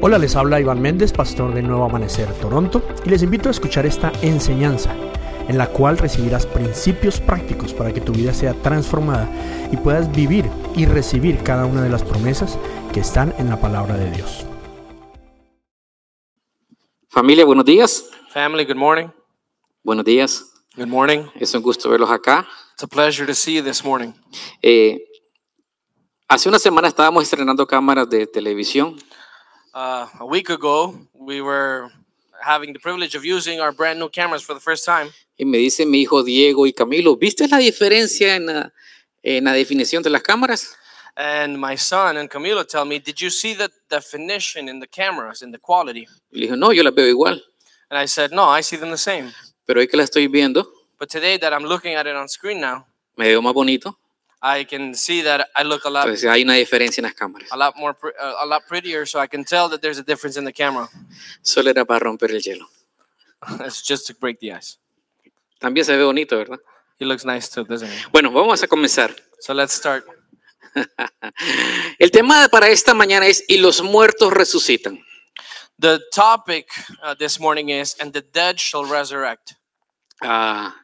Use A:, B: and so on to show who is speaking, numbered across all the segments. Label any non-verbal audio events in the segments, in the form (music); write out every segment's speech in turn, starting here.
A: Hola, les habla Iván Méndez, pastor de Nuevo Amanecer Toronto, y les invito a escuchar esta enseñanza en la cual recibirás principios prácticos para que tu vida sea transformada y puedas vivir y recibir cada una de las promesas que están en la palabra de Dios.
B: Familia, buenos días.
C: Family, good morning.
B: Buenos días.
C: Good morning.
B: Es un gusto verlos acá.
C: It's a pleasure to see you this morning.
B: Eh, hace una semana estábamos estrenando cámaras de televisión
C: Uh, a week ago, we were having the privilege of using our brand new cameras for the first time.
B: y me dice mi hijo Diego y Camilo, ¿viste la diferencia en la, en la definición de las cámaras?
C: And my son and Camilo tell me, Did you see the definition in the cameras, in the quality?
B: Y le dije, no, yo las veo igual,
C: And I said, No, I see them the same.
B: pero hoy que las estoy viendo,
C: But today that I'm looking at it on screen now,
B: me veo más bonito.
C: I can see that I look a lot.
B: Entonces hay una diferencia en las cámaras.
C: A lot more, pre- uh, a lot prettier, so I can tell that there's a difference in the camera. (laughs)
B: Solo era para romper el hielo.
C: it's just to break the ice.
B: También se ve bonito, ¿verdad?
C: He looks nice too, doesn't he?
B: Bueno, vamos a comenzar.
C: So let's start.
B: El tema para esta mañana es, y los muertos resucitan.
C: The topic uh, this morning is, and the dead shall resurrect.
B: Ah,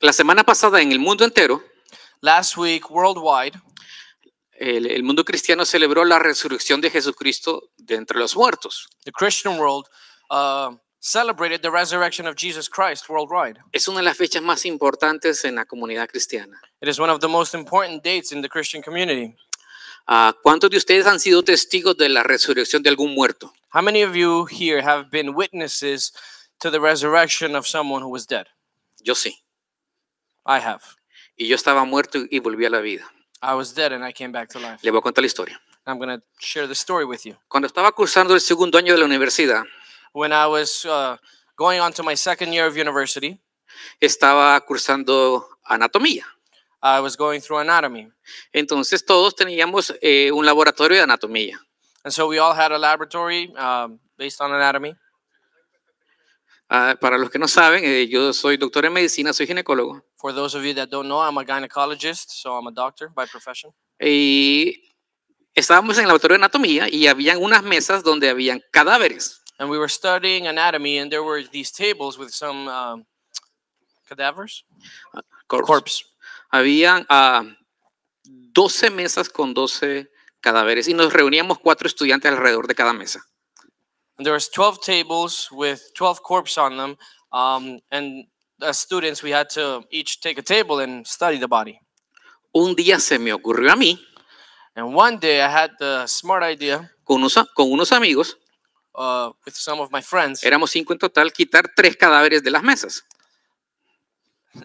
B: la semana pasada en el mundo entero,
C: Last week, worldwide,
B: el, el mundo cristiano celebró la resurrección de Jesucristo de entre los muertos.
C: the Christian world uh, celebrated the resurrection of Jesus Christ worldwide.
B: Es una de las fechas más importantes en la comunidad cristiana.
C: It is one of the most important dates in the Christian community.
B: Ah, ¿Cuántos de ustedes han sido testigos de la resurrección de algún muerto?
C: How many of you here have been witnesses to the resurrection of someone who was dead?
B: Yo sí.
C: I have.
B: Y yo estaba muerto y volví a la vida.
C: I was dead and I came back to life.
B: Le voy a contar la historia.
C: I'm going to share the story with you.
B: Cuando estaba cursando el segundo año de la universidad,
C: When I was uh, going on to my second year of university,
B: estaba cursando anatomía.
C: I was going through anatomy.
B: Entonces todos teníamos eh, un laboratorio de anatomía.
C: And so we all had a laboratory um, based on anatomy.
B: Ah, para los que no saben, eh, yo soy doctor en medicina, soy ginecólogo.
C: For those of you that don't know, I'm a gynecologist, so I'm a doctor by profession.
B: y estábamos en el laboratorio de anatomía y habían unas mesas donde habían cadáveres.
C: and we were studying anatomy, and there were these tables with some um, cadavers,
B: corpse.
C: corpse.
B: Habían ah, 12 mesas con 12 cadáveres y nos reuníamos cuatro estudiantes alrededor de cada mesa.
C: And there was twelve tables with twelve corpse on them, um, and as students, we had to each take a table and study the body.
B: Un día se me ocurrió a mí,
C: And one day, I had the smart idea
B: con unos, a- con unos amigos,
C: uh, with some of my friends,
B: éramos cinco en total, quitar tres cadáveres de las mesas.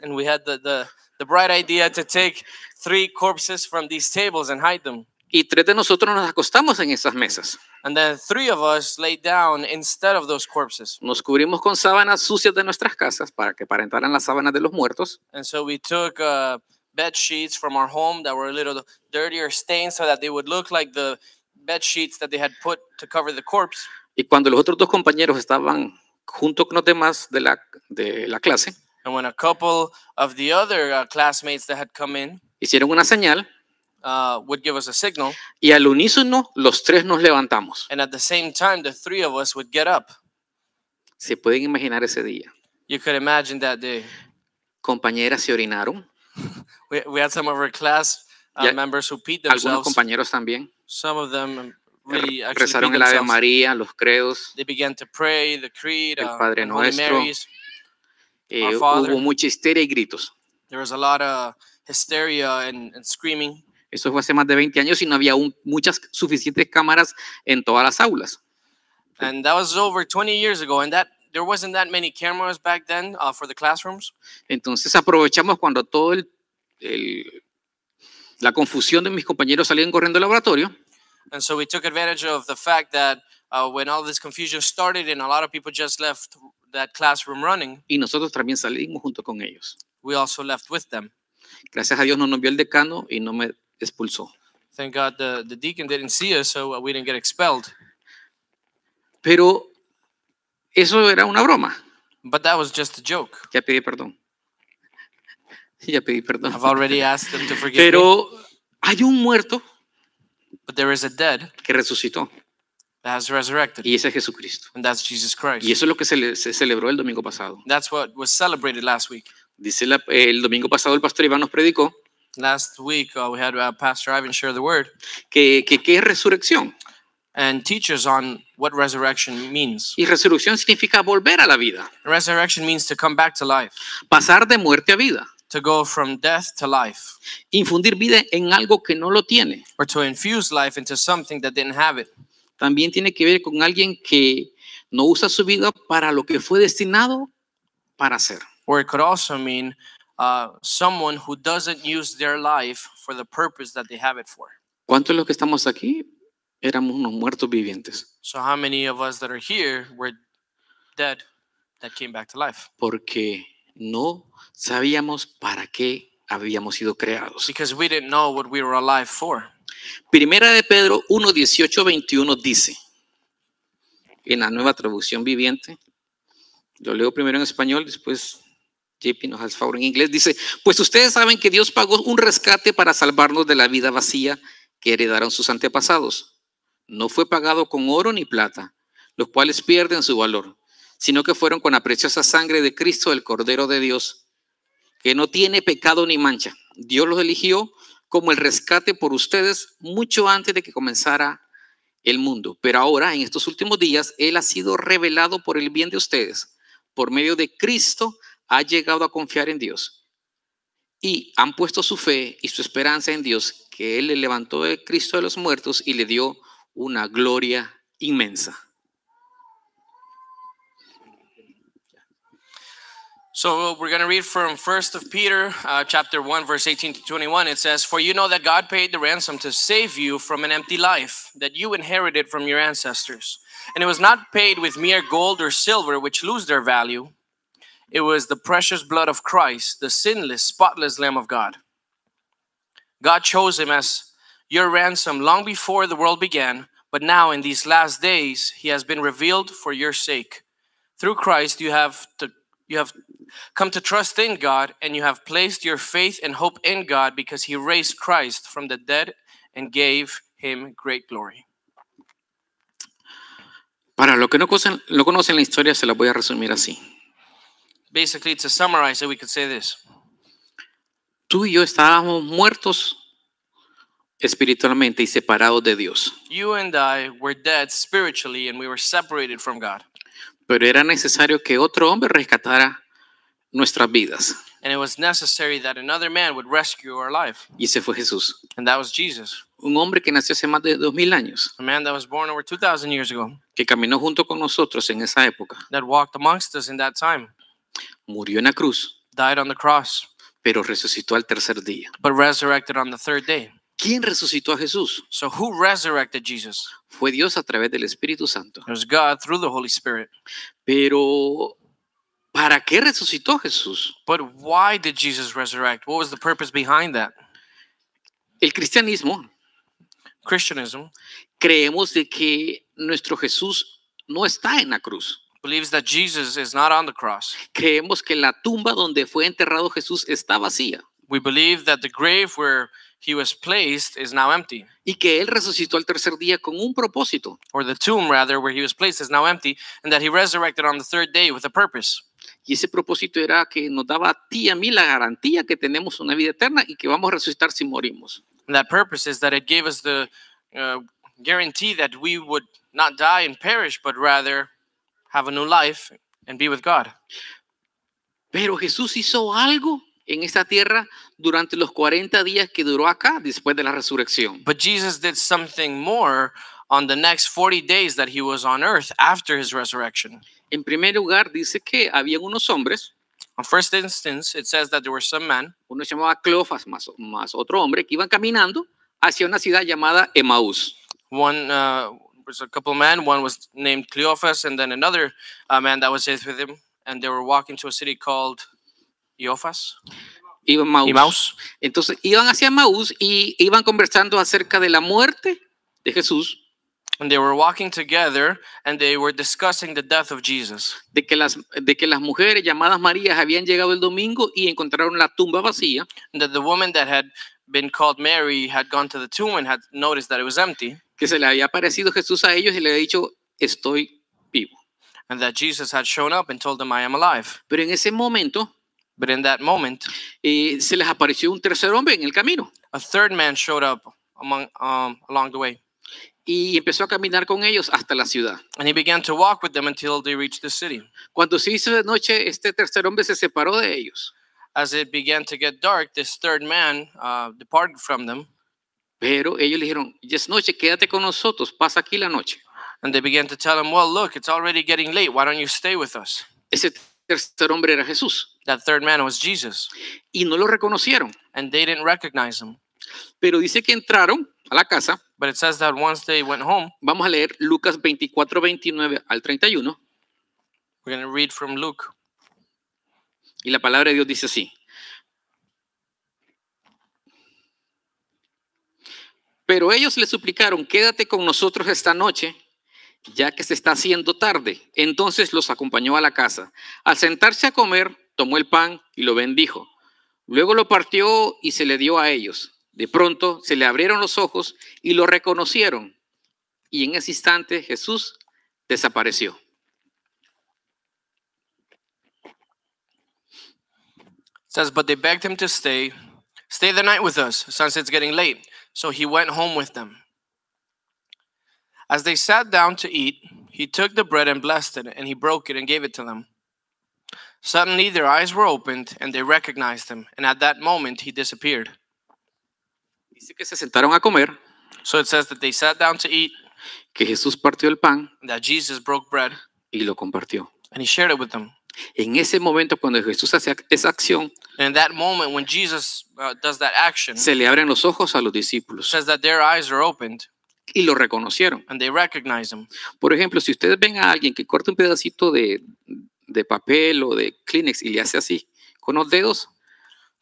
C: and we had the the, the bright idea to take three corpses from these tables and hide them.
B: Y tres de nosotros nos acostamos en esas mesas.
C: And then three of us laid down instead of those corpses.
B: Nos cubrimos con sábanas sucias de nuestras casas para que parentaran las sábanas de los muertos.
C: And so we took uh, bed sheets from our home that were a little dirtier stained so that they would look like the bed sheets that they had put to cover the corpse.
B: Y cuando los otros dos compañeros estaban junto con los demás de la, de la clase,
C: And when a couple of the other uh, classmates that had come in
B: hicieron una señal
C: uh, would give us a signal,
B: y al unísono los tres nos levantamos.
C: and at the same time, the three of us would get up.
B: Se pueden imaginar ese día.
C: You could imagine that day.
B: Compañeras se orinaron,
C: We, we had some of our class uh,
B: Yeah.
C: members who peed
B: algunos
C: themselves.
B: compañeros también.
C: Some of them really
B: re-
C: actually
B: Rezaron
C: peed
B: el Ave
C: themselves.
B: María, los credos.
C: They began to pray the creed,
B: El
C: uh,
B: Padre
C: and Holy
B: Nuestro.
C: Marys.
B: eh,
C: Our Father.
B: hubo mucha histeria y gritos.
C: There was a lot of hysteria and, and screaming.
B: Eso fue hace más de 20 años y no había aún muchas suficientes cámaras en todas las aulas.
C: and that was over 20 years ago and that there wasn't that many cameras back then uh, for the classrooms
B: Entonces aprovechamos cuando todo el- el- la confusión de mis compañeros salían corriendo del laboratorio
C: and so we took advantage of the fact that uh, when all this confusion started and a lot of people just left that classroom running
B: y nosotros también salimos junto con ellos.
C: we also left with them
B: Gracias a Dios no nos vio el decano y no me expulsó.
C: thank god the, the deacon didn't see us so uh, we didn't get expelled
B: Pero eso era una broma.
C: but that was just a joke
B: Ya pedí perdón. (laughs) Ya pedí perdón. (laughs)
C: i've already asked them to forgive me
B: Pero hay un muerto
C: but there is a dead
B: que resucitó.
C: that that has resurrected,
B: y ese es Jesucristo.
C: and that's Jesus Christ.
B: Y eso es lo que se, le- se celebró el domingo pasado.
C: That's what was celebrated last week.
B: Dice la- el domingo pasado el pastor Iván nos predicó
C: Last week, uh, we had uh, Pastor Ivan share the word
B: que, que qué es resurrección.
C: and teach us on what resurrection means.
B: Y resurrección significa volver a la vida,
C: Resurrection means to come back to life,
B: pasar de muerte a vida,
C: to go from death to life,
B: infundir vida en algo que no lo tiene.
C: or to infuse life into something that didn't have it.
B: También tiene que ver con alguien que no usa su vida para lo que fue destinado para hacer.
C: Or it could also mean uh, someone who doesn't use their life for the purpose that they have it for.
B: ¿Cuántos de los que estamos aquí éramos unos muertos vivientes?
C: So, how many of us that are here were dead that came back to life?
B: Porque no sabíamos para qué habíamos sido creados.
C: Because we didn't know what we were alive for.
B: Primera de Pedro 1, 18, 21 dice, en la nueva traducción viviente, lo leo primero en español, después JP nos hace favor en inglés, dice, pues ustedes saben que Dios pagó un rescate para salvarnos de la vida vacía que heredaron sus antepasados. No fue pagado con oro ni plata, los cuales pierden su valor, sino que fueron con la preciosa sangre de Cristo, el Cordero de Dios, que no tiene pecado ni mancha. Dios los eligió como el rescate por ustedes mucho antes de que comenzara el mundo. Pero ahora, en estos últimos días, Él ha sido revelado por el bien de ustedes. Por medio de Cristo ha llegado a confiar en Dios. Y han puesto su fe y su esperanza en Dios, que Él le levantó de Cristo de los muertos y le dio una gloria inmensa.
C: So we're going to read from 1st of Peter, uh, chapter 1, verse 18 to 21. It says, For you know that God paid the ransom to save you from an empty life that you inherited from your ancestors. And it was not paid with mere gold or silver, which lose their value. It was the precious blood of Christ, the sinless, spotless Lamb of God. God chose him as your ransom long before the world began, but now in these last days, he has been revealed for your sake. Through Christ, you have to you have come to trust in God, and you have placed your faith and hope in God because He raised Christ from the dead and gave Him great glory.
B: Para los que no conocen, no conocen la historia, se la voy a resumir así.
C: Basically, to summarize it, we could say this
B: Tú y yo estábamos muertos espiritualmente y separados de Dios.
C: You and I were dead spiritually, and we were separated from God.
B: pero era necesario que otro hombre rescatara nuestras vidas.
C: And it was necessary that another man would rescue our life,
B: Y ese fue Jesús,
C: and that was Jesus,
B: un hombre que nació hace más de dos mil años,
C: a man that was born over 2,000 years ago,
B: que caminó junto con nosotros en esa época,
C: that walked amongst us in that time,
B: murió en la cruz,
C: died on the cross,
B: pero resucitó al tercer día.
C: but resurrected on the third day.
B: ¿Quién resucitó a Jesús?
C: So, who resurrected Jesus?
B: Fue Dios a través del Espíritu Santo.
C: It was God through the Holy Spirit.
B: Pero, ¿para qué resucitó Jesús?
C: But why did Jesus resurrect? What was the purpose behind that?
B: El cristianismo,
C: Christianism
B: creemos de que nuestro Jesús no está en la cruz.
C: believes that Jesus is not on the cross.
B: Creemos que la tumba donde fue enterrado Jesús está vacía.
C: We believe that the grave where he was placed is now empty,
B: y que Él resucitó al tercer día con un propósito,
C: or the tomb rather where he was placed is now empty, and that he resurrected on the third day with a purpose.
B: y ese propósito era que nos daba a ti y a mí la garantía que tenemos una vida eterna y que vamos a resucitar si morimos.
C: And that purpose is that it gave us the uh, guarantee that we would not die and perish, but rather have a new life and be with God.
B: Pero Jesús hizo algo en esta tierra durante los 40 días que duró acá después de la resurrección.
C: But Jesus did something more on the next 40 days that he was on earth after his resurrection.
B: En primer lugar, dice que habían unos hombres,
C: On first instance, it says that there were some men.
B: uno se llamaba Cleofas más, más otro hombre, que iban caminando hacia una ciudad llamada Emaús.
C: One uh, was a couple men. One was named Cleophas, and then another uh, man that was with him. And they were walking to a city called Iophas.
B: Iban a Emaús.
C: Emmaus.
B: Entonces iban hacia Emaús y iban conversando acerca de la muerte de Jesús
C: And they were walking together, and they were discussing the death of Jesus.
B: de que, las, de que las mujeres llamadas Marías habían llegado el domingo y encontraron la tumba vacía
C: And that the woman that had been called Mary had gone to the tomb and had noticed that it was empty,
B: que se le había aparecido Jesús a ellos y le había dicho, estoy vivo.
C: and that Jesus had shown up and told them, I am alive.
B: Pero en ese momento
C: But in that moment,
B: eh, se les apareció un tercer hombre en el camino
C: a third man showed up among, um, along the way,
B: y empezó a caminar con ellos hasta la ciudad.
C: and he began to walk with them until they reached the city.
B: Cuando se hizo de noche, este tercer hombre se separó de ellos.
C: As it began to get dark, this third man uh, departed from them,
B: Pero ellos le dijeron, ya es noche, quédate con nosotros, pasa aquí la noche.
C: and they began to tell him, Well, look, it's already getting late. Why don't you stay with us?
B: Ese tercer hombre era Jesús
C: That third man was Jesus,
B: y no lo reconocieron.
C: and they didn't recognize him.
B: Pero dice que entraron a la casa.
C: But it says that once they went home,
B: Vamos a leer Lucas 24, 29 al 31.
C: we're going to read from Luke.
B: Y la palabra de Dios dice así. Pero ellos le suplicaron, quédate con nosotros esta noche, ya que se está haciendo tarde. Entonces los acompañó a la casa. Al sentarse a comer, tomó el pan y lo bendijo. Luego lo partió y se le dio a ellos. De pronto se le abrieron los ojos y lo reconocieron. Y en ese instante Jesús desapareció.
C: It says, But they begged him to stay, stay the night with us, since it's getting late. So he went home with them. As they sat down to eat, he took the bread and blessed it, and he broke it and gave it to them. Suddenly their eyes were opened, and they recognized him, and at that moment he disappeared.
B: Dice que se sentaron a comer,
C: So it says that they sat down to eat,
B: que Jesús partió el pan
C: and that Jesus broke bread,
B: y lo compartió.
C: and he shared it with them.
B: En ese momento, cuando Jesús hace ac- esa acción,
C: And in that moment, when Jesus uh, does that action, it
B: se le abren los ojos a los discípulos
C: says that their eyes are opened,
B: y lo reconocieron.
C: and they recognize him.
B: Por ejemplo, si ustedes ven a alguien que corta un pedacito de, de papel o de Kleenex y le hace así con los dedos,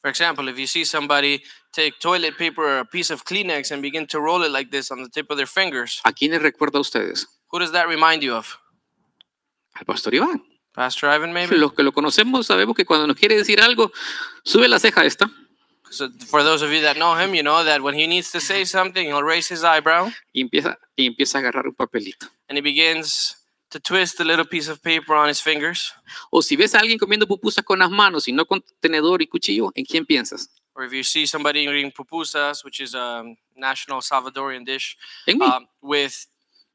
C: For example, if you see somebody take toilet paper or a piece of Kleenex and begin to roll it like this on the tip of their fingers,
B: ¿a quién les recuerda a ustedes?
C: who does that remind you of?
B: Al pastor Iván.
C: Pastor Ivan, maybe?
B: Los que lo conocemos sabemos que cuando nos quiere decir algo, sube la ceja esta
C: So for those of you that know him, you know that when he needs to say something, he'll raise his eyebrow
B: y empieza, y empieza a agarrar un papelito.
C: and he begins to twist the little piece of paper on his fingers.
B: O si ves a alguien comiendo pupusas con las manos y no con tenedor y cuchillo, ¿en quién piensas?
C: Or if you see somebody eating pupusas, which is a national Salvadorian dish,
B: En mí,
C: um, with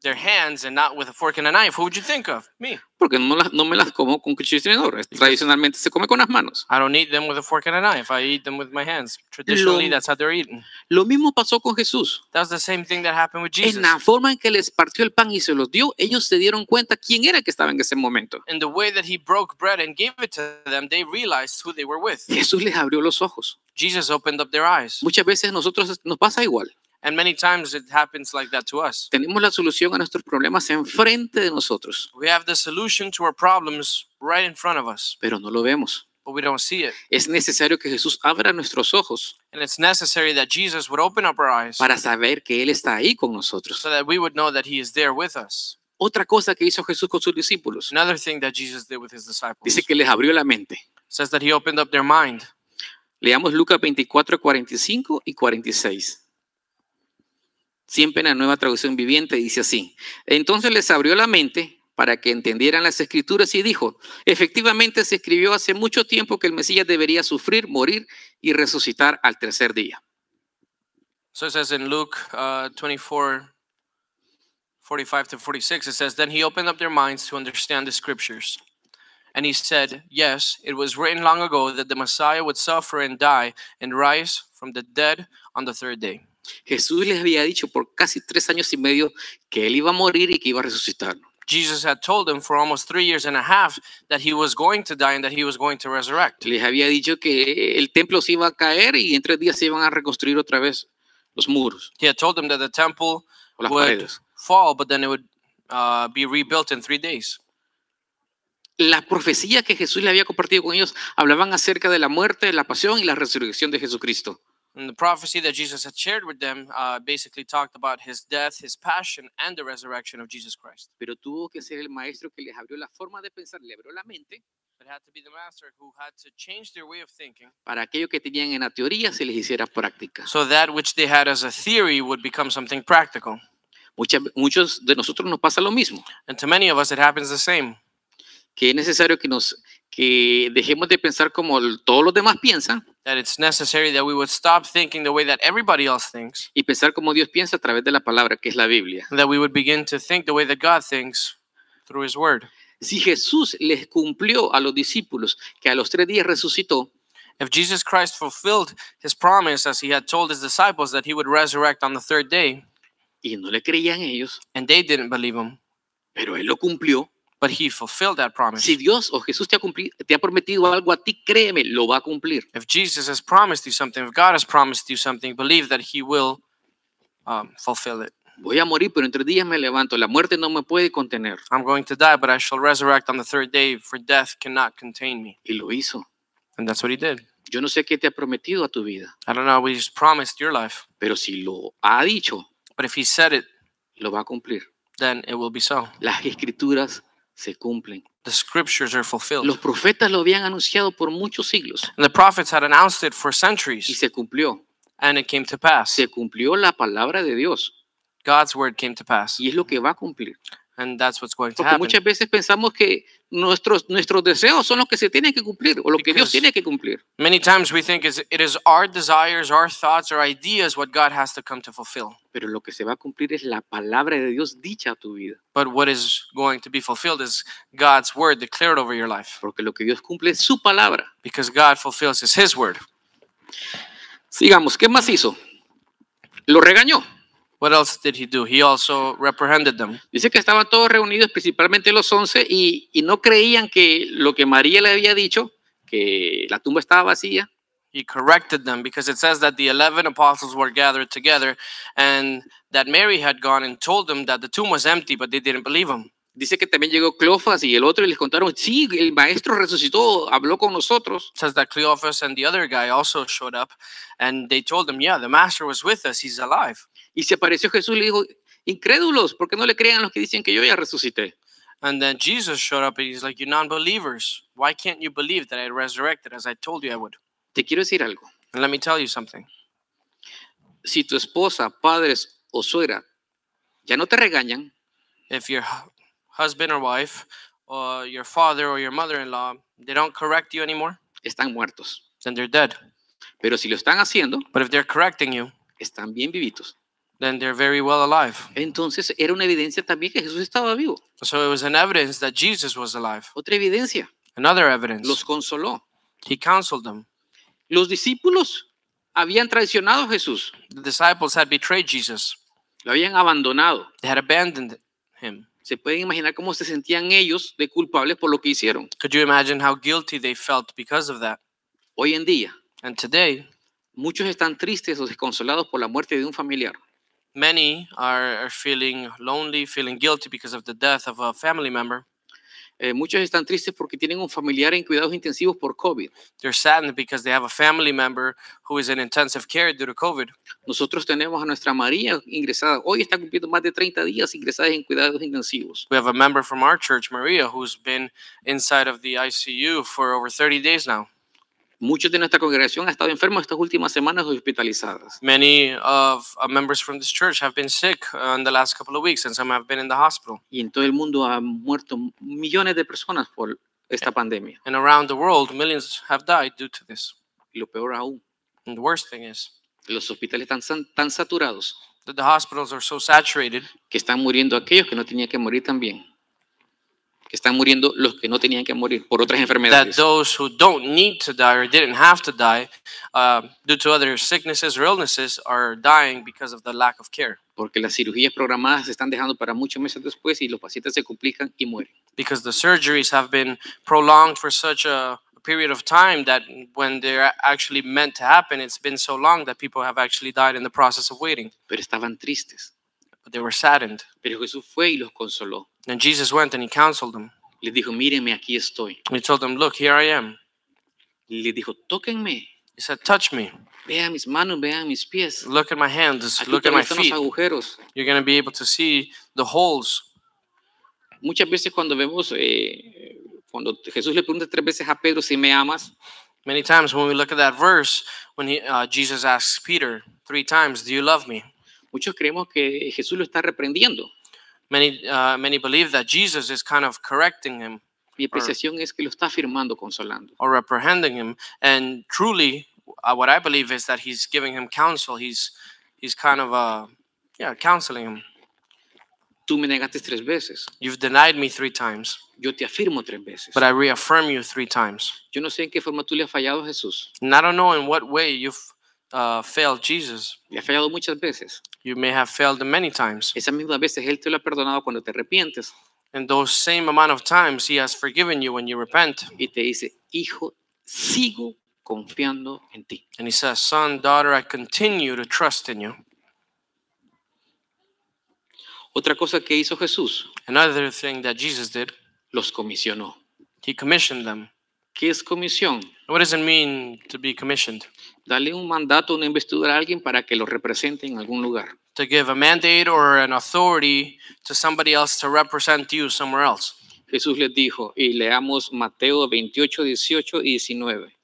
C: their hands and not with a fork and a knife, who would you think of? Me.
B: porque no, las- no me las como con cuchillo y tenedor. Tradicionalmente se come con las manos.
C: I don't eat them with a fork and a knife. I eat them with my hands. Traditionally,
B: Lo-
C: that's how they're eaten.
B: Lo mismo pasó con Jesús.
C: That's the same thing that happened with
B: En
C: Jesus.
B: la forma en que les partió el pan y se los dio, ellos se dieron cuenta quién era el que estaba en ese momento.
C: In the way that he broke bread and gave it to them, they realized who they were with.
B: Jesús les abrió los ojos.
C: Jesus opened up their eyes.
B: Muchas veces nosotros nos pasa igual.
C: And many times it happens like that to us.
B: Tenemos la solución a nuestros problemas enfrente de nosotros,
C: We have the solution to our problems right in front of us,
B: pero no lo vemos.
C: but we don't see it.
B: Es necesario que Jesús abra nuestros ojos
C: And it's necessary that Jesus would open up our eyes
B: para saber que Él está ahí con nosotros.
C: so that we would know that he is there with us.
B: Otra cosa que hizo Jesús con sus discípulos,
C: Another thing that Jesus did with his disciples
B: dice que les abrió la mente.
C: says that he opened up their mind.
B: Leamos Lucas 24, 45 y 46. Siempre en la nueva traducción viviente dice así. Entonces les abrió la mente para que entendieran las escrituras y dijo, efectivamente se escribió hace mucho tiempo que el Mesías debería sufrir, morir y resucitar al tercer día.
C: So it says in Luke uh, 24, 45 to 46, it says, Then he opened up their minds to understand the scriptures. And he said, Yes, it was written long ago that the Messiah would suffer and die and rise from the dead on the third day.
B: Jesús les había dicho por casi tres años y medio que él iba a morir y que iba a resucitar.
C: Jesus had told them for almost three years and a half that he was going to die and that he was going to resurrect.
B: Les había dicho que el templo se iba a caer y en tres días se iban a reconstruir otra vez los muros
C: He had told them that the temple
B: o las
C: would
B: paredes.
C: fall, but then it would uh, be rebuilt in three days.
B: las profecías que Jesús le había compartido con ellos hablaban acerca de la muerte, la pasión y la resurrección de Jesucristo.
C: And the prophecy that Jesus had shared with them uh, basically talked about his death, his passion, and the resurrection of Jesus Christ.
B: Pero tuvo que ser el maestro que les abrió la forma de pensar, le abrió la mente
C: It had to be the master who had to change their way of thinking
B: para aquello que tenían en la teoría se les hiciera práctica.
C: so that which they had as a theory would become something practical.
B: Mucha- muchos de nosotros nos pasa lo mismo,
C: And to many of us, it happens the same.
B: que es necesario que nos que dejemos de pensar como el- todos los demás piensan
C: That it's necessary that we would stop thinking the way that everybody else thinks,
B: y pensar como Dios piensa a través de la palabra que es la Biblia.
C: and that we would begin to think the way that God thinks through His Word.
B: Si Jesús les cumplió a los discípulos que a los tres días resucitó,
C: If Jesus Christ fulfilled His promise as He had told His disciples that He would resurrect on the third day,
B: y no le creían ellos,
C: and they didn't believe Him,
B: pero Él lo cumplió.
C: but He fulfilled that promise.
B: Si Dios o Jesús te ha, cumpli- te ha prometido algo a ti, créeme, lo va a cumplir.
C: If Jesus has promised you something, if God has promised you something, believe that He will um, fulfill it.
B: Voy a morir, pero en tres días me levanto. La muerte no me puede contener.
C: I'm going to die, but I shall resurrect on the third day, for death cannot contain me.
B: Y lo hizo.
C: And that's what He did.
B: Yo no sé qué te ha prometido a tu vida,
C: I don't know, we just promised your life.
B: pero si lo ha dicho,
C: But if he said it,
B: lo va a cumplir.
C: then it will be so.
B: Las escrituras se cumplen.
C: The scriptures are fulfilled.
B: Los profetas lo habían anunciado por muchos siglos
C: And the prophets had announced it for
B: y
C: centuries,
B: se cumplió.
C: and it came to pass.
B: Se cumplió la palabra de Dios
C: God's word came to pass.
B: y es lo que va a cumplir.
C: And that's what's going to
B: Porque
C: happen.
B: muchas veces pensamos que nuestros, nuestros deseos son los que se tienen que cumplir o lo que Dios
C: Because-
B: tiene que cumplir.
C: Many times we think is- it is our desires, our thoughts, our ideas what God has to come to fulfill.
B: Pero lo que se va a cumplir es la palabra de Dios dicha a tu vida.
C: But what is going to be fulfilled is God's word declared over your life.
B: Porque lo que Dios cumple es su palabra.
C: Because God fulfills is his word.
B: Sigamos, ¿qué más hizo? Lo regañó.
C: What else did he do? He also reprehended them.
B: Dice que estaban todos reunidos, principalmente los once, y, y no creían que lo que María le había dicho, que la tumba estaba vacía,
C: he corrected them because it says that the 11 apostles were gathered together and that Mary had gone and told them that the tomb was empty, but they didn't believe him.
B: dice que también llegó Cleofas y el otro y les contaron, sí, el maestro resucitó, habló con nosotros,
C: It says that Cleophas and the other guy also showed up and they told them, Yeah, the master was with us, he's alive.
B: y se apareció Jesús y le dijo, incrédulos, ¿por qué no le crean a los que dicen que yo ya resucité?
C: And then Jesus showed up and he's like, You non believers, why can't you believe that I resurrected as I told you I would?
B: Te quiero decir algo,
C: And let me tell you something.
B: si tu esposa, padres o suegra ya no te regañan,
C: If your hu- husband or wife, or your father or your mother in law, they don't correct you anymore,
B: están muertos,
C: then they're dead.
B: pero si lo están haciendo,
C: But if they're correcting you,
B: están bien vivitos.
C: then they're very well alive.
B: Entonces era una evidencia también que Jesús estaba vivo,
C: So it was an evidence that Jesus was alive.
B: otra evidencia.
C: Another evidence.
B: los consoló.
C: he counseled them.
B: Los discípulos habían traicionado a Jesús,
C: The disciples had betrayed Jesus.
B: lo habían abandonado.
C: They had abandoned him.
B: Se pueden imaginar cómo se sentían ellos de culpables por lo que hicieron.
C: Could you imagine how guilty they felt because of that?
B: Hoy en día,
C: And today,
B: muchos están tristes o desconsolados por la muerte de un familiar.
C: many are, are feeling lonely, feeling guilty because of the death of a family member.
B: Eh, muchos están tristes porque tienen un familiar en cuidados intensivos por COVID.
C: They're saddened because they have a family member who is in intensive care due to COVID.
B: Nosotros tenemos a nuestra María ingresada. Hoy está cumpliendo más de 30 días ingresada en cuidados intensivos.
C: We have a member from our church, Maria, who's been inside of the ICU for over 30 days now.
B: Muchos de nuestra congregación han estado enfermos estas últimas semanas hospitalizadas.
C: Many of uh, members from this church have been sick uh, in the last couple of weeks, and some have been in the hospital.
B: Y en todo el mundo han muerto millones de personas por esta pandemia.
C: And around the world, millions have died due to this.
B: Y lo peor aún,
C: And the worst thing is
B: los hospitales están san- tan saturados
C: that the hospitals are so saturated
B: que están muriendo aquellos que no tenían que morir también. Que están muriendo los que no tenían que morir por otras
C: that
B: enfermedades.
C: those who don't need to die or didn't have to die uh, due to other sicknesses or illnesses are dying because of the lack of care.
B: Porque las cirugías programadas se están dejando para muchos meses después y los pacientes se complican y mueren.
C: Because the surgeries have been prolonged for such a period of time that when they're a- actually meant to happen, it's been so long that people have actually died in the process of waiting.
B: Pero estaban tristes.
C: But they were saddened.
B: Pero Jesús fue y los consoló.
C: And Jesus went and he counseled them.
B: Les dijo, mírenme, aquí estoy.
C: He told them, Look, here I am.
B: Y Les dijo, tóquenme.
C: He said, Touch me.
B: Vean mis manos, vean mis pies.
C: Look at my hands.
B: Aquí
C: Look at
B: también
C: my
B: están
C: feet.
B: los agujeros.
C: You're going to be able to see the holes.
B: Muchas veces cuando vemos eh, Cuando Jesús le pregunta tres veces a Pedro si me amas,
C: Many times when we look at that verse, when he, uh, Jesus asks Peter three times, "Do you love me?"
B: muchos creemos que Jesús lo está reprendiendo.
C: Many uh, many believe that Jesus is kind of correcting him
B: Mi apreciación es que lo está afirmando, consolando.
C: or reprehending him, and truly, uh, what I believe is that he's giving him counsel. He's he's kind of uh, yeah, counseling him.
B: Tú me negaste tres veces,
C: You've denied me three times,
B: yo te afirmo tres veces.
C: but I reaffirm you three times.
B: Yo no sé en qué forma tú le has fallado a Jesús.
C: And I don't know in what way you've uh, failed Jesus.
B: Le has fallado muchas veces.
C: You may have failed him many times.
B: Esas mismas veces Él te lo ha perdonado cuando te arrepientes
C: And those same amount of times, He has forgiven you when you repent.
B: y te dice, hijo, sigo confiando en ti.
C: And He says, Son, daughter, I continue to trust in you.
B: Otra cosa que hizo Jesús,
C: Another thing that Jesus did,
B: los comisionó.
C: He commissioned them.
B: ¿Qué es comisión?
C: What does it mean to be commissioned?
B: Darle un mandato, una investidura a alguien para que lo represente en algún lugar.
C: To give a mandate or an authority to somebody else to represent you somewhere else.
B: Jesús les dijo, y leamos Mateo 28, 18 y 19.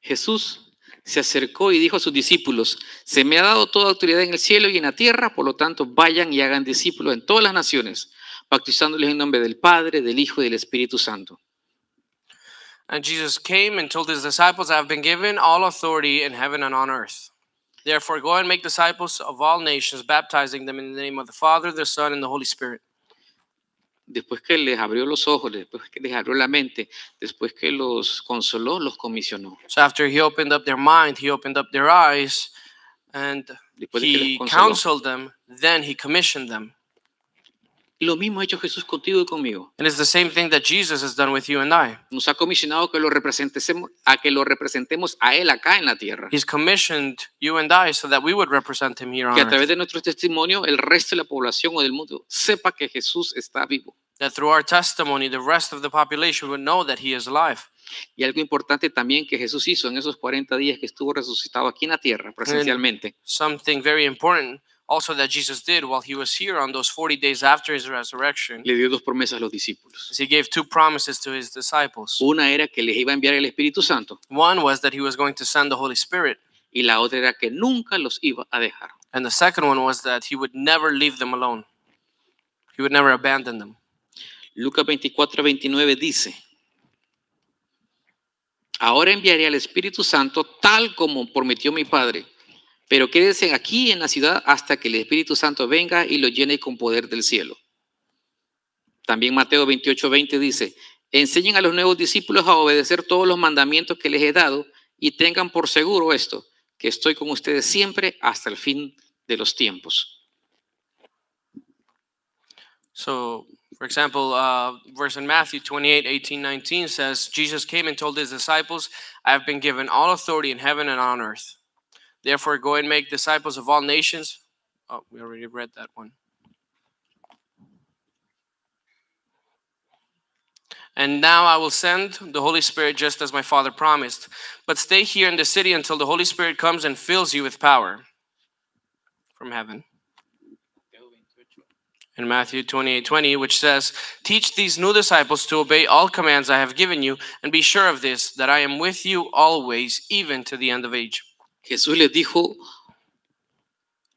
B: Jesús se acercó y dijo a sus discípulos, se me ha dado toda autoridad en el cielo y en la tierra, por lo tanto vayan y hagan discípulos en todas las naciones, bautizándoles en nombre del Padre, del Hijo y del Espíritu Santo.
C: And Jesus came and told his disciples, I have been given all authority in heaven and on earth. Therefore, go and make disciples of all nations, baptizing them in the name of the Father, the Son, and the Holy Spirit.
B: Después que les abrió los ojos, después que les abrió la mente, después que los consoló, los comisionó.
C: So after he opened up their mind, he opened up their eyes, and
B: Después de que
C: he
B: les consoló.
C: counseled them, then he commissioned them.
B: Lo mismo ha hecho Jesús contigo y conmigo.
C: And it's the same thing that Jesus has done with you and I.
B: nos ha comisionado que lo representemos a que lo representemos a él acá en la tierra.
C: He's commissioned you and I so that we would represent him here on
B: Que a través
C: earth.
B: de nuestro testimonio el resto de la población o del mundo sepa que Jesús está vivo.
C: That through our testimony, the rest of the population would know that he is alive.
B: Y algo importante también que Jesús hizo en esos 40 días que estuvo resucitado aquí en la tierra presencialmente,
C: Something very important also that Jesus did while he was here on those 40 days after his resurrection
B: le dio dos promesas a los discípulos.
C: is he gave two promises to his disciples.
B: Una era que les iba a enviar el Espíritu Santo
C: One was that he was going to send the Holy Spirit.
B: y la otra era que nunca los iba a dejar.
C: And the second one was that he would never leave them alone. He would never abandon them.
B: Lucas 24, 29 dice, ahora enviaré al Espíritu Santo tal como prometió mi Padre, pero quédense aquí en la ciudad hasta que el Espíritu Santo venga y lo llene con poder del cielo. También Mateo 28, 20 dice, enseñen a los nuevos discípulos a obedecer todos los mandamientos que les he dado y tengan por seguro esto, que estoy con ustedes siempre hasta el fin de los tiempos.
C: So, for example, uh, verse in Matthew 28 18, 19 says, Jesus came and told his disciples, I have been given all authority in heaven and on earth. Therefore, go and make disciples of all nations. Oh, we already read that one. And now I will send the Holy Spirit just as my Father promised. But stay here in the city until the Holy Spirit comes and fills you with power from heaven in Matthew 28 20, which says, Teach these new disciples to obey all commands I have given you, and be sure of this, that I am with you always, even to the end of age.
B: Jesús les dijo,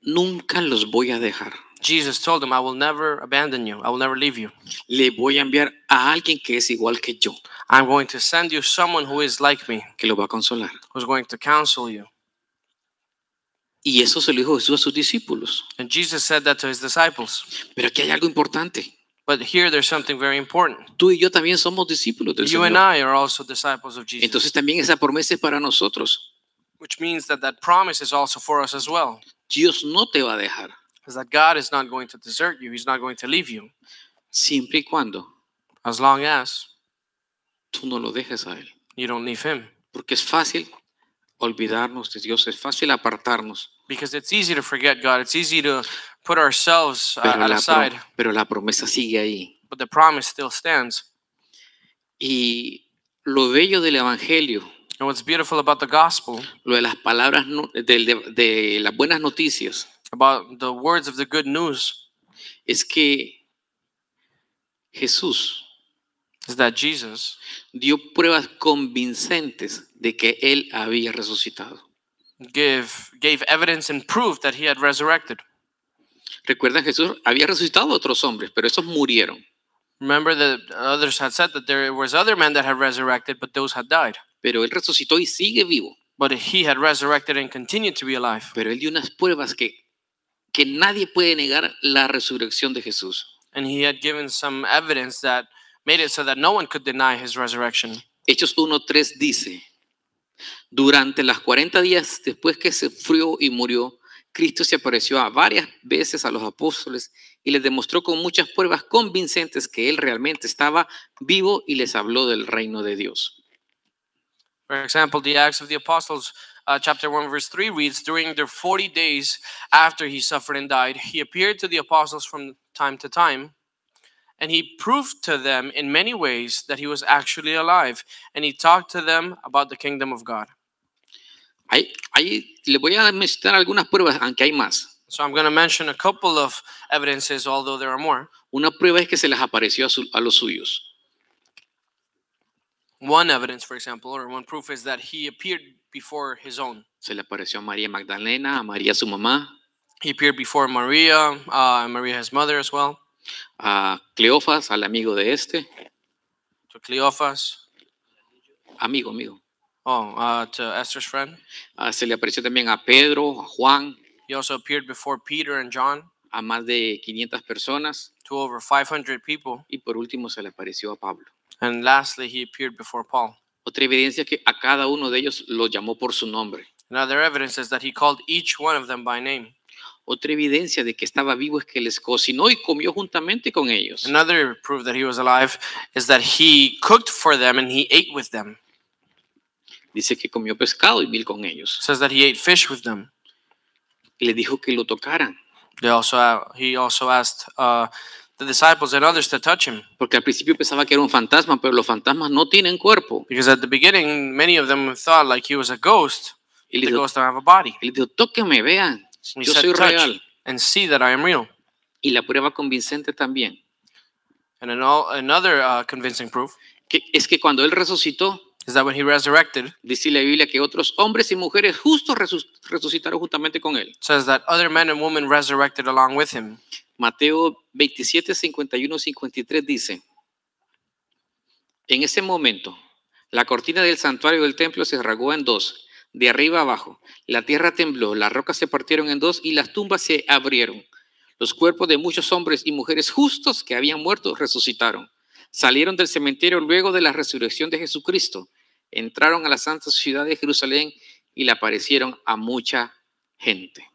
B: nunca los voy a dejar.
C: Jesus told them, I will never abandon you, I will never leave you.
B: le voy a enviar a alguien que es igual que yo,
C: I'm going to send you someone who is like me,
B: que lo va a consolar.
C: who's going to counsel you.
B: Y eso se lo dijo Jesús a sus discípulos.
C: And Jesus said that to his disciples.
B: Pero aquí hay algo importante.
C: But here there's something very important.
B: Tú y yo también somos discípulos del
C: You and
B: Señor.
C: I are also disciples of Jesus,
B: Entonces también esa promesa es para nosotros.
C: which means that that promise is also for us as well.
B: Dios no te va a dejar,
C: Is that God is not going to desert you, He's not going to leave you,
B: siempre y cuando
C: as long as
B: tú no lo dejes a Él.
C: you don't leave Him.
B: Porque es fácil olvidarnos de Dios, es fácil apartarnos.
C: because it's easy to forget God. It's easy to put ourselves uh,
B: Pero
C: at
B: la,
C: aside,
B: pro- pero la promesa sigue ahí.
C: but the promise still stands.
B: Y lo bello del Evangelio,
C: And what's beautiful about the gospel,
B: lo de las palabras, no- del- de- de las buenas noticias,
C: about the words of the good news,
B: es que Jesús
C: is that Jesus
B: dio pruebas convincentes de que él había resucitado.
C: give, gave evidence and proof that he had resurrected.
B: Recuerda, Jesús había resucitado a otros hombres, pero esos murieron.
C: Remember that others had said that there was other men that had resurrected, but those had died.
B: Pero él resucitó y sigue vivo.
C: But he had resurrected and continued to be alive.
B: Pero él dio unas pruebas que, que nadie puede negar la resurrección de Jesús.
C: And he had given some evidence that made it so that no one could deny his resurrection.
B: Hechos 1.3 dice, durante las 40 días después que se frió y murió, Cristo se apareció a varias veces a los apóstoles y les demostró con muchas pruebas convincentes que él realmente estaba vivo y les habló del reino de Dios.
C: For example, the Acts of the Apostles, uh, chapter 1, verse 3 reads During the 40 days after he suffered and died, he appeared to the apostles from time to time, and he proved to them in many ways that he was actually alive, and he talked to them about the kingdom of God.
B: Ahí, ahí les voy a mencionar algunas pruebas, aunque hay más.
C: So I'm going to mention a couple of evidences, although there are more.
B: Una prueba es que se les apareció a, su- a los suyos.
C: One evidence, for example, or one proof is that he appeared before his own.
B: Se le apareció a María Magdalena, a María su mamá,
C: He appeared before Maria, uh, and Maria, his mother, as well,
B: a Cleofas, al amigo de este,
C: to Cleophas,
B: amigo, amigo.
C: oh, uh, to Esther's friend.
B: Ah, se le apareció también a Pedro, a Juan,
C: He also appeared before Peter and John
B: a más de 500 personas
C: to over 500 people.
B: y por último se le apareció a Pablo.
C: And lastly, he appeared before Paul.
B: Otra evidencia es que a cada uno de ellos lo llamó por su nombre.
C: Another evidence is that he called each one of them by name.
B: Otra evidencia de que estaba vivo es que les cocinó y comió juntamente con ellos.
C: Another proof that he was alive is that he cooked for them and he ate with them.
B: Dice que comió pescado y mil con ellos.
C: says that he ate fish with them.
B: Y les dijo que lo tocaran,
C: They also a- he also asked uh, the disciples and others to touch him
B: porque al principio pensaba que era un fantasma, pero los fantasmas no tienen cuerpo.
C: because at the beginning many of them thought like he was a ghost.
B: Y les
C: The
B: dijo,
C: ghost don't have a body.
B: y les dijo, tóquenme, vean,
C: He
B: yo
C: said,
B: soy
C: "Touch
B: real.
C: and see that I am real.
B: Y la prueba convincente también,
C: And an all, another uh, convincing proof
B: que es que cuando él resucitó,
C: is that when he resurrected, it
B: dice la Biblia que otros hombres y mujeres justos resu- resucitaron juntamente con él.
C: says that other men and women resurrected along with him.
B: Mateo 27, 51, 53 dice, en ese momento, la cortina del santuario del templo se rasgó en dos, de arriba abajo. La tierra tembló, las rocas se partieron en dos y las tumbas se abrieron. Los cuerpos de muchos hombres y mujeres justos que habían muerto resucitaron. Salieron del cementerio luego de la resurrección de Jesucristo. Entraron a la santa ciudad de Jerusalén y le aparecieron a mucha gente.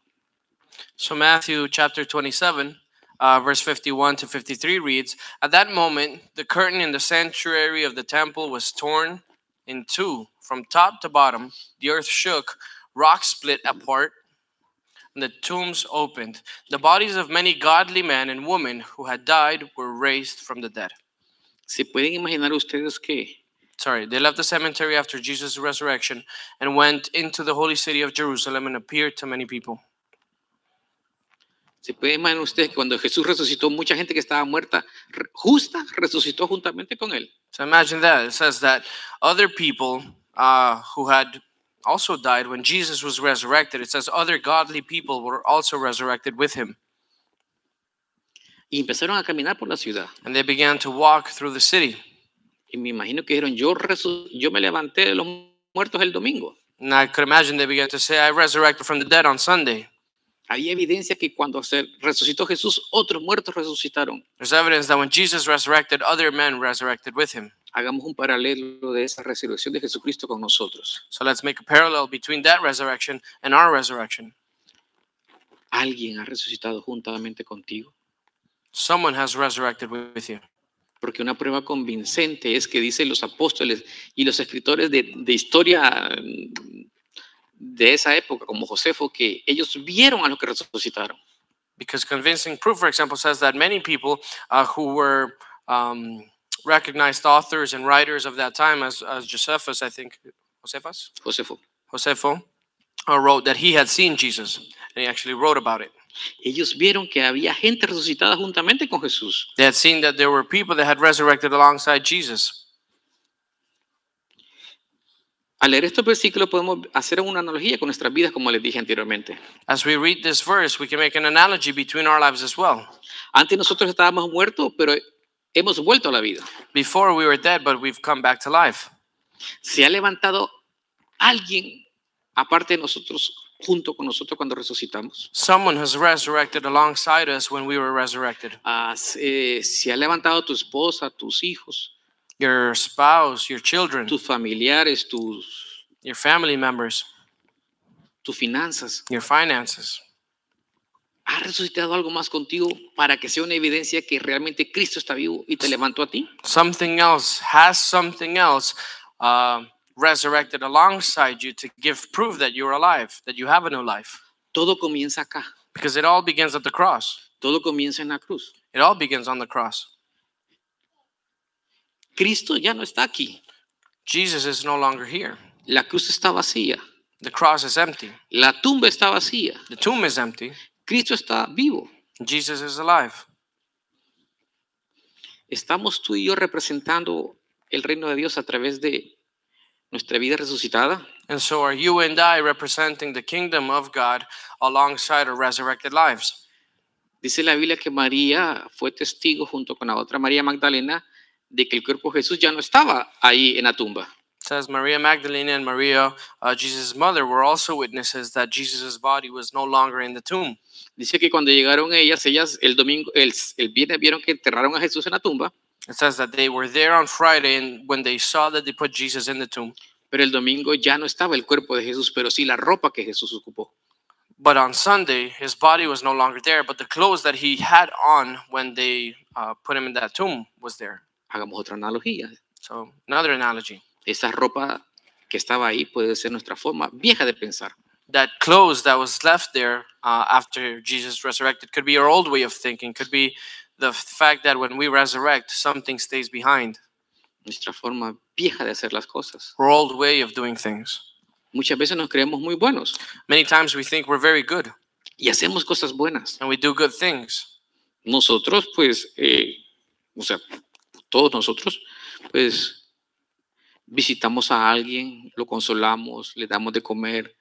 C: So Matthew chapter 27, uh, verse 51 to 53 reads, At that moment, the curtain in the sanctuary of the temple was torn in two from top to bottom. The earth shook, rocks split apart, and the tombs opened. The bodies of many godly men and women who had died were raised from the dead.
B: ¿Se pueden imaginar ustedes que
C: Sorry, they left the cemetery after Jesus' resurrection and went into the holy city of Jerusalem and appeared to many people.
B: ¿Se pueden imaginar ustedes que cuando Jesús resucitó, mucha gente que estaba muerta, re- justa, resucitó juntamente con él?
C: So imagine that. It says that other people uh, who had also died when Jesus was resurrected, it says other godly people were also resurrected with him.
B: Y empezaron a caminar por la ciudad.
C: And they began to walk through the city.
B: Y me imagino que dijeron, yo, resu- yo me levanté de los muertos el domingo.
C: And I could imagine they began to say, I resurrected from the dead on Sunday.
B: Hay evidencia que cuando se resucitó Jesús, otros muertos resucitaron.
C: There's evidence that when Jesus resurrected, other men resurrected with him.
B: Hagamos un paralelo de esa resurrección de Jesucristo con nosotros.
C: So let's make a parallel between that resurrection and our resurrection.
B: Alguien ha resucitado juntamente contigo.
C: Someone has resurrected wi- with you.
B: Porque una prueba convincente es que dicen los apóstoles y los escritores de, de historia mm, de esa época, como Josefo, que ellos vieron a los que resucitaron.
C: because convincing proof, for example, says that many people uh, who were um, recognized authors and writers of that time, as, as Josephus, I think, Josephus,
B: Josefo.
C: Josepho, uh, wrote that he had seen Jesus, and he actually wrote about it.
B: Ellos vieron que había gente resucitada juntamente con Jesús.
C: They had seen that there were people that had resurrected alongside Jesus.
B: Al leer estos versículos podemos hacer una analogía con nuestras vidas, como les dije anteriormente.
C: As we read this verse, we can make an analogy between our lives as well.
B: Antes nosotros estábamos muertos, pero hemos vuelto a la vida.
C: Before we were dead, but we've come back to life.
B: Se ha levantado alguien aparte de nosotros, junto con nosotros cuando resucitamos.
C: Someone has resurrected alongside us when we were resurrected.
B: Ah, se, eh, se ha levantado tu esposa, tus hijos,
C: Your spouse, your children,
B: tus familiares, tus,
C: your family members,
B: tus finanzas.
C: your finances.
B: Ha resucitado algo más contigo para que sea una evidencia que realmente Cristo está vivo y te levantó a ti.
C: Something else has something else uh, resurrected alongside you to give proof that you're alive, that you have a new life.
B: Todo comienza acá.
C: Because it all begins at the cross.
B: Todo comienza en la cruz.
C: It all begins on the cross.
B: Cristo ya no está aquí.
C: Jesus is no longer here.
B: La cruz está vacía.
C: The cross is empty.
B: La tumba está vacía.
C: The tomb is empty.
B: Cristo está vivo.
C: Jesus is alive.
B: Estamos tú y yo representando el reino de Dios a través de nuestra vida resucitada.
C: And so are you and I representing the kingdom of God alongside our resurrected lives.
B: Dice la Biblia que María fue testigo junto con la otra María Magdalena de que el cuerpo de Jesús ya no estaba ahí en la tumba.
C: It says Maria Magdalena and Maria, uh, Jesus' mother, were also witnesses that Jesus' body was no longer in the tomb.
B: Dice que cuando llegaron ellas, ellas el domingo, el, el viernes vieron que enterraron a Jesús en la tumba,
C: It says that they were there on Friday and when they saw that they put Jesus in the tomb.
B: pero el domingo ya no estaba el cuerpo de Jesús, pero sí la ropa que Jesús ocupó.
C: But on Sunday, his body was no longer there, but the clothes that he had on when they uh, put him in that tomb was there.
B: Hagamos otra analogía.
C: So, another analogy.
B: Esa ropa que estaba ahí puede ser nuestra forma vieja de pensar.
C: that clothes that was left there uh, after Jesus resurrected could be our old way of thinking, could be the fact that when we resurrect, something stays behind,
B: nuestra forma vieja de hacer las cosas.
C: our old way of doing things.
B: Muchas veces nos creemos muy buenos
C: Many times we think we're very good
B: y hacemos cosas buenas.
C: and we do good things.
B: Nosotros, pues, eh, o sea, todos nosotros, pues, visitamos a alguien, lo consolamos, le damos de comer,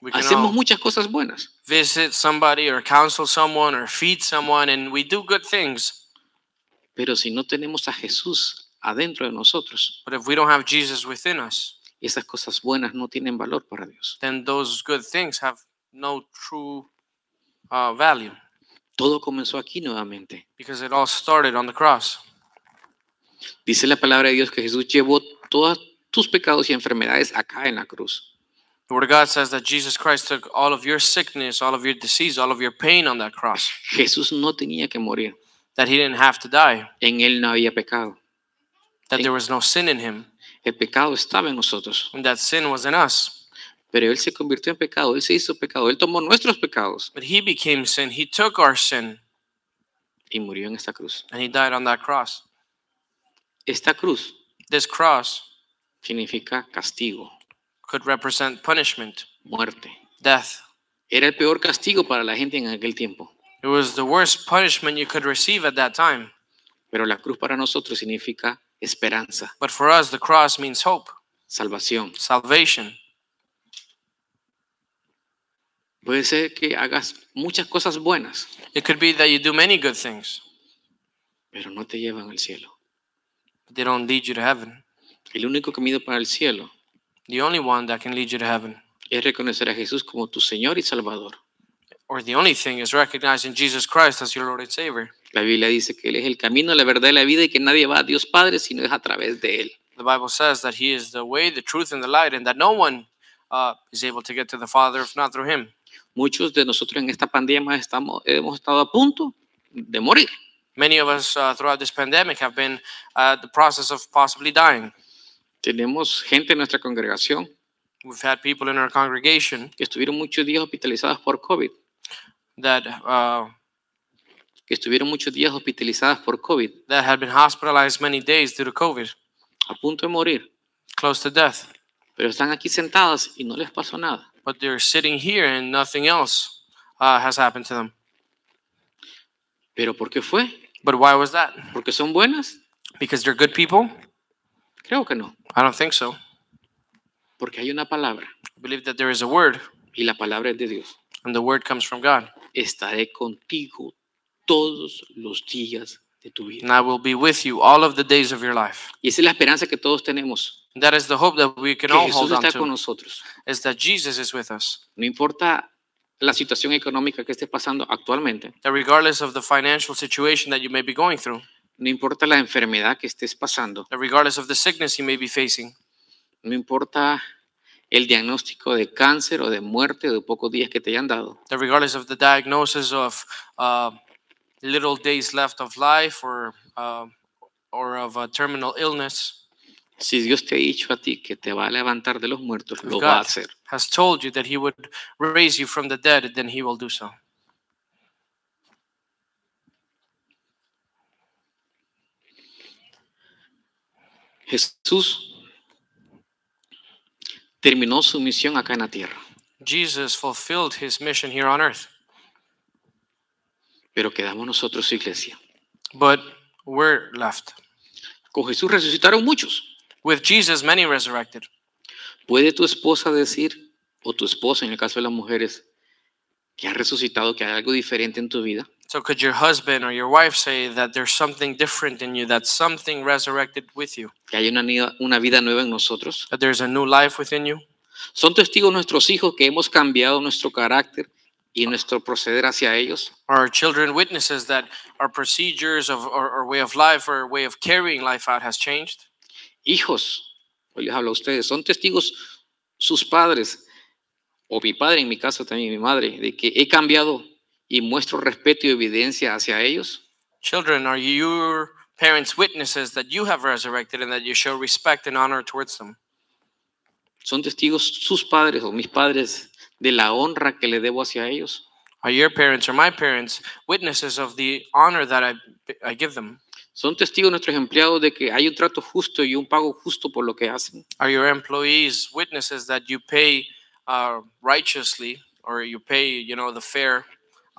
C: We can
B: hacemos
C: all
B: muchas cosas buenas,
C: visit somebody or counsel someone or feed someone, and we do good things.
B: pero si no tenemos a Jesús adentro de nosotros,
C: But if we don't have Jesus within us,
B: esas cosas buenas no tienen valor para Dios.
C: then those good things have no true uh, value
B: Todo comenzó aquí nuevamente.
C: because it all started on the cross.
B: Dice la palabra de Dios que Jesús llevó todos tus pecados y enfermedades acá en la cruz.
C: The Word of God says that Jesus Christ took all of your sickness, all of your disease, all of your pain on that cross,
B: Jesús no tenía que morir.
C: that He didn't have to die,
B: En él no había pecado.
C: that there was no sin in Him,
B: El pecado estaba en nosotros,
C: and that sin was in us.
B: pero él se convirtió en pecado, él se hizo pecado, él tomó nuestros pecados
C: But He became sin. He took our sin,
B: y murió en esta cruz.
C: and He died on that cross.
B: Esta cruz
C: This cross
B: significa castigo,
C: could represent punishment,
B: muerte.
C: death.
B: Era el peor castigo para la gente en aquel tiempo,
C: It was the worst punishment you could receive at that time.
B: pero la cruz para nosotros significa esperanza,
C: But for us, the cross means hope,
B: salvación.
C: salvation.
B: Puede ser que hagas muchas cosas buenas,
C: It could be that you do many good things,
B: pero no te llevan al cielo.
C: but they don't lead you to heaven.
B: El único camino para el cielo
C: The only one that can lead you to heaven
B: es reconocer a Jesús como tu Señor y Salvador.
C: or the only thing is recognizing Jesus Christ as your Lord and Savior.
B: La Biblia dice que Él es el camino, la verdad y la vida y que nadie va a Dios Padre si no es a través de Él.
C: The Bible says that He is the way, the truth, and the light, and that no one uh, is able to get to the Father if not through Him.
B: Muchos de nosotros en esta pandemia estamos, hemos estado a punto de morir,
C: Many of us uh, throughout this pandemic have been uh, the process of possibly dying.
B: tenemos gente en nuestra congregación
C: We've had people in our congregation
B: que estuvieron muchos días hospitalizadas por COVID,
C: that uh,
B: que estuvieron muchos días hospitalizadas por COVID,
C: that had been hospitalized many days due to COVID,
B: a punto de morir,
C: close to death,
B: pero están aquí sentadas y no les pasó nada.
C: but they're sitting here and nothing else uh, has happened to them.
B: ¿Pero por qué fue?
C: But why was that?
B: ¿Porque son buenas?
C: Because they're good people?
B: Creo que no.
C: I don't think so. I
B: Porque hay una palabra
C: believe that there is a word,
B: y la palabra es de Dios.
C: and the word comes from God.
B: Estaré contigo todos los días de tu vida.
C: And I will be with you all of the days of your life.
B: Y esa es la esperanza que todos tenemos.
C: That is the hope that we can
B: Que
C: all
B: Jesús
C: hold on
B: está con
C: to,
B: nosotros.
C: is that Jesus is with us.
B: No importa la situación económica que esté pasando actualmente,
C: That regardless of the financial situation that you may be going through,
B: no importa la enfermedad que estés pasando,
C: that regardless of the sickness you may be facing,
B: no importa el diagnóstico de cáncer o de muerte o de pocos días que te hayan dado,
C: that regardless of the diagnosis of uh, little days left of life or uh, or of a terminal illness,
B: si Dios te ha dicho a ti que te va a levantar de los muertos,
C: if
B: lo va a
C: God
B: hacer.
C: has told you that He would raise you from the dead, then He will do so.
B: Jesús terminó su misión acá en la tierra,
C: Jesus fulfilled His mission here on earth,
B: pero quedamos nosotros su iglesia.
C: but we're left
B: Con Jesús resucitaron muchos.
C: with Jesus. Many resurrected.
B: ¿Puede tu esposa decir, o tu esposo en el caso de las mujeres, que ha resucitado, que hay algo diferente en tu vida?
C: So could your husband or your wife say that there's something different in you, that something resurrected with you,
B: que hay una, ni- una vida nueva en nosotros.
C: that there's a new life within you?
B: Son testigos nuestros hijos que hemos cambiado nuestro carácter y nuestro proceder hacia ellos.
C: Are our children witnesses that our procedures of or, or way of life or way of carrying life out has changed?
B: Hijos, hoy les hablo a ustedes, son testigos sus padres, o mi padre en mi caso también mi madre, de que he cambiado y muestro respeto y evidencia hacia ellos.
C: Children, are your parents witnesses that you have resurrected and that you show respect and honor towards them?
B: Son testigos sus padres o mis padres de la honra que le debo hacia ellos.
C: Are your parents or my parents witnesses of the honor that I, I give them?
B: Son testigos nuestros empleados de que hay un trato justo y un pago justo por lo que hacen.
C: Are your employees witnesses that you pay uh, righteously or you pay, you know, the fair